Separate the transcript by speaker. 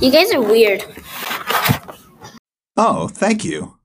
Speaker 1: You guys are weird.
Speaker 2: Oh, thank you.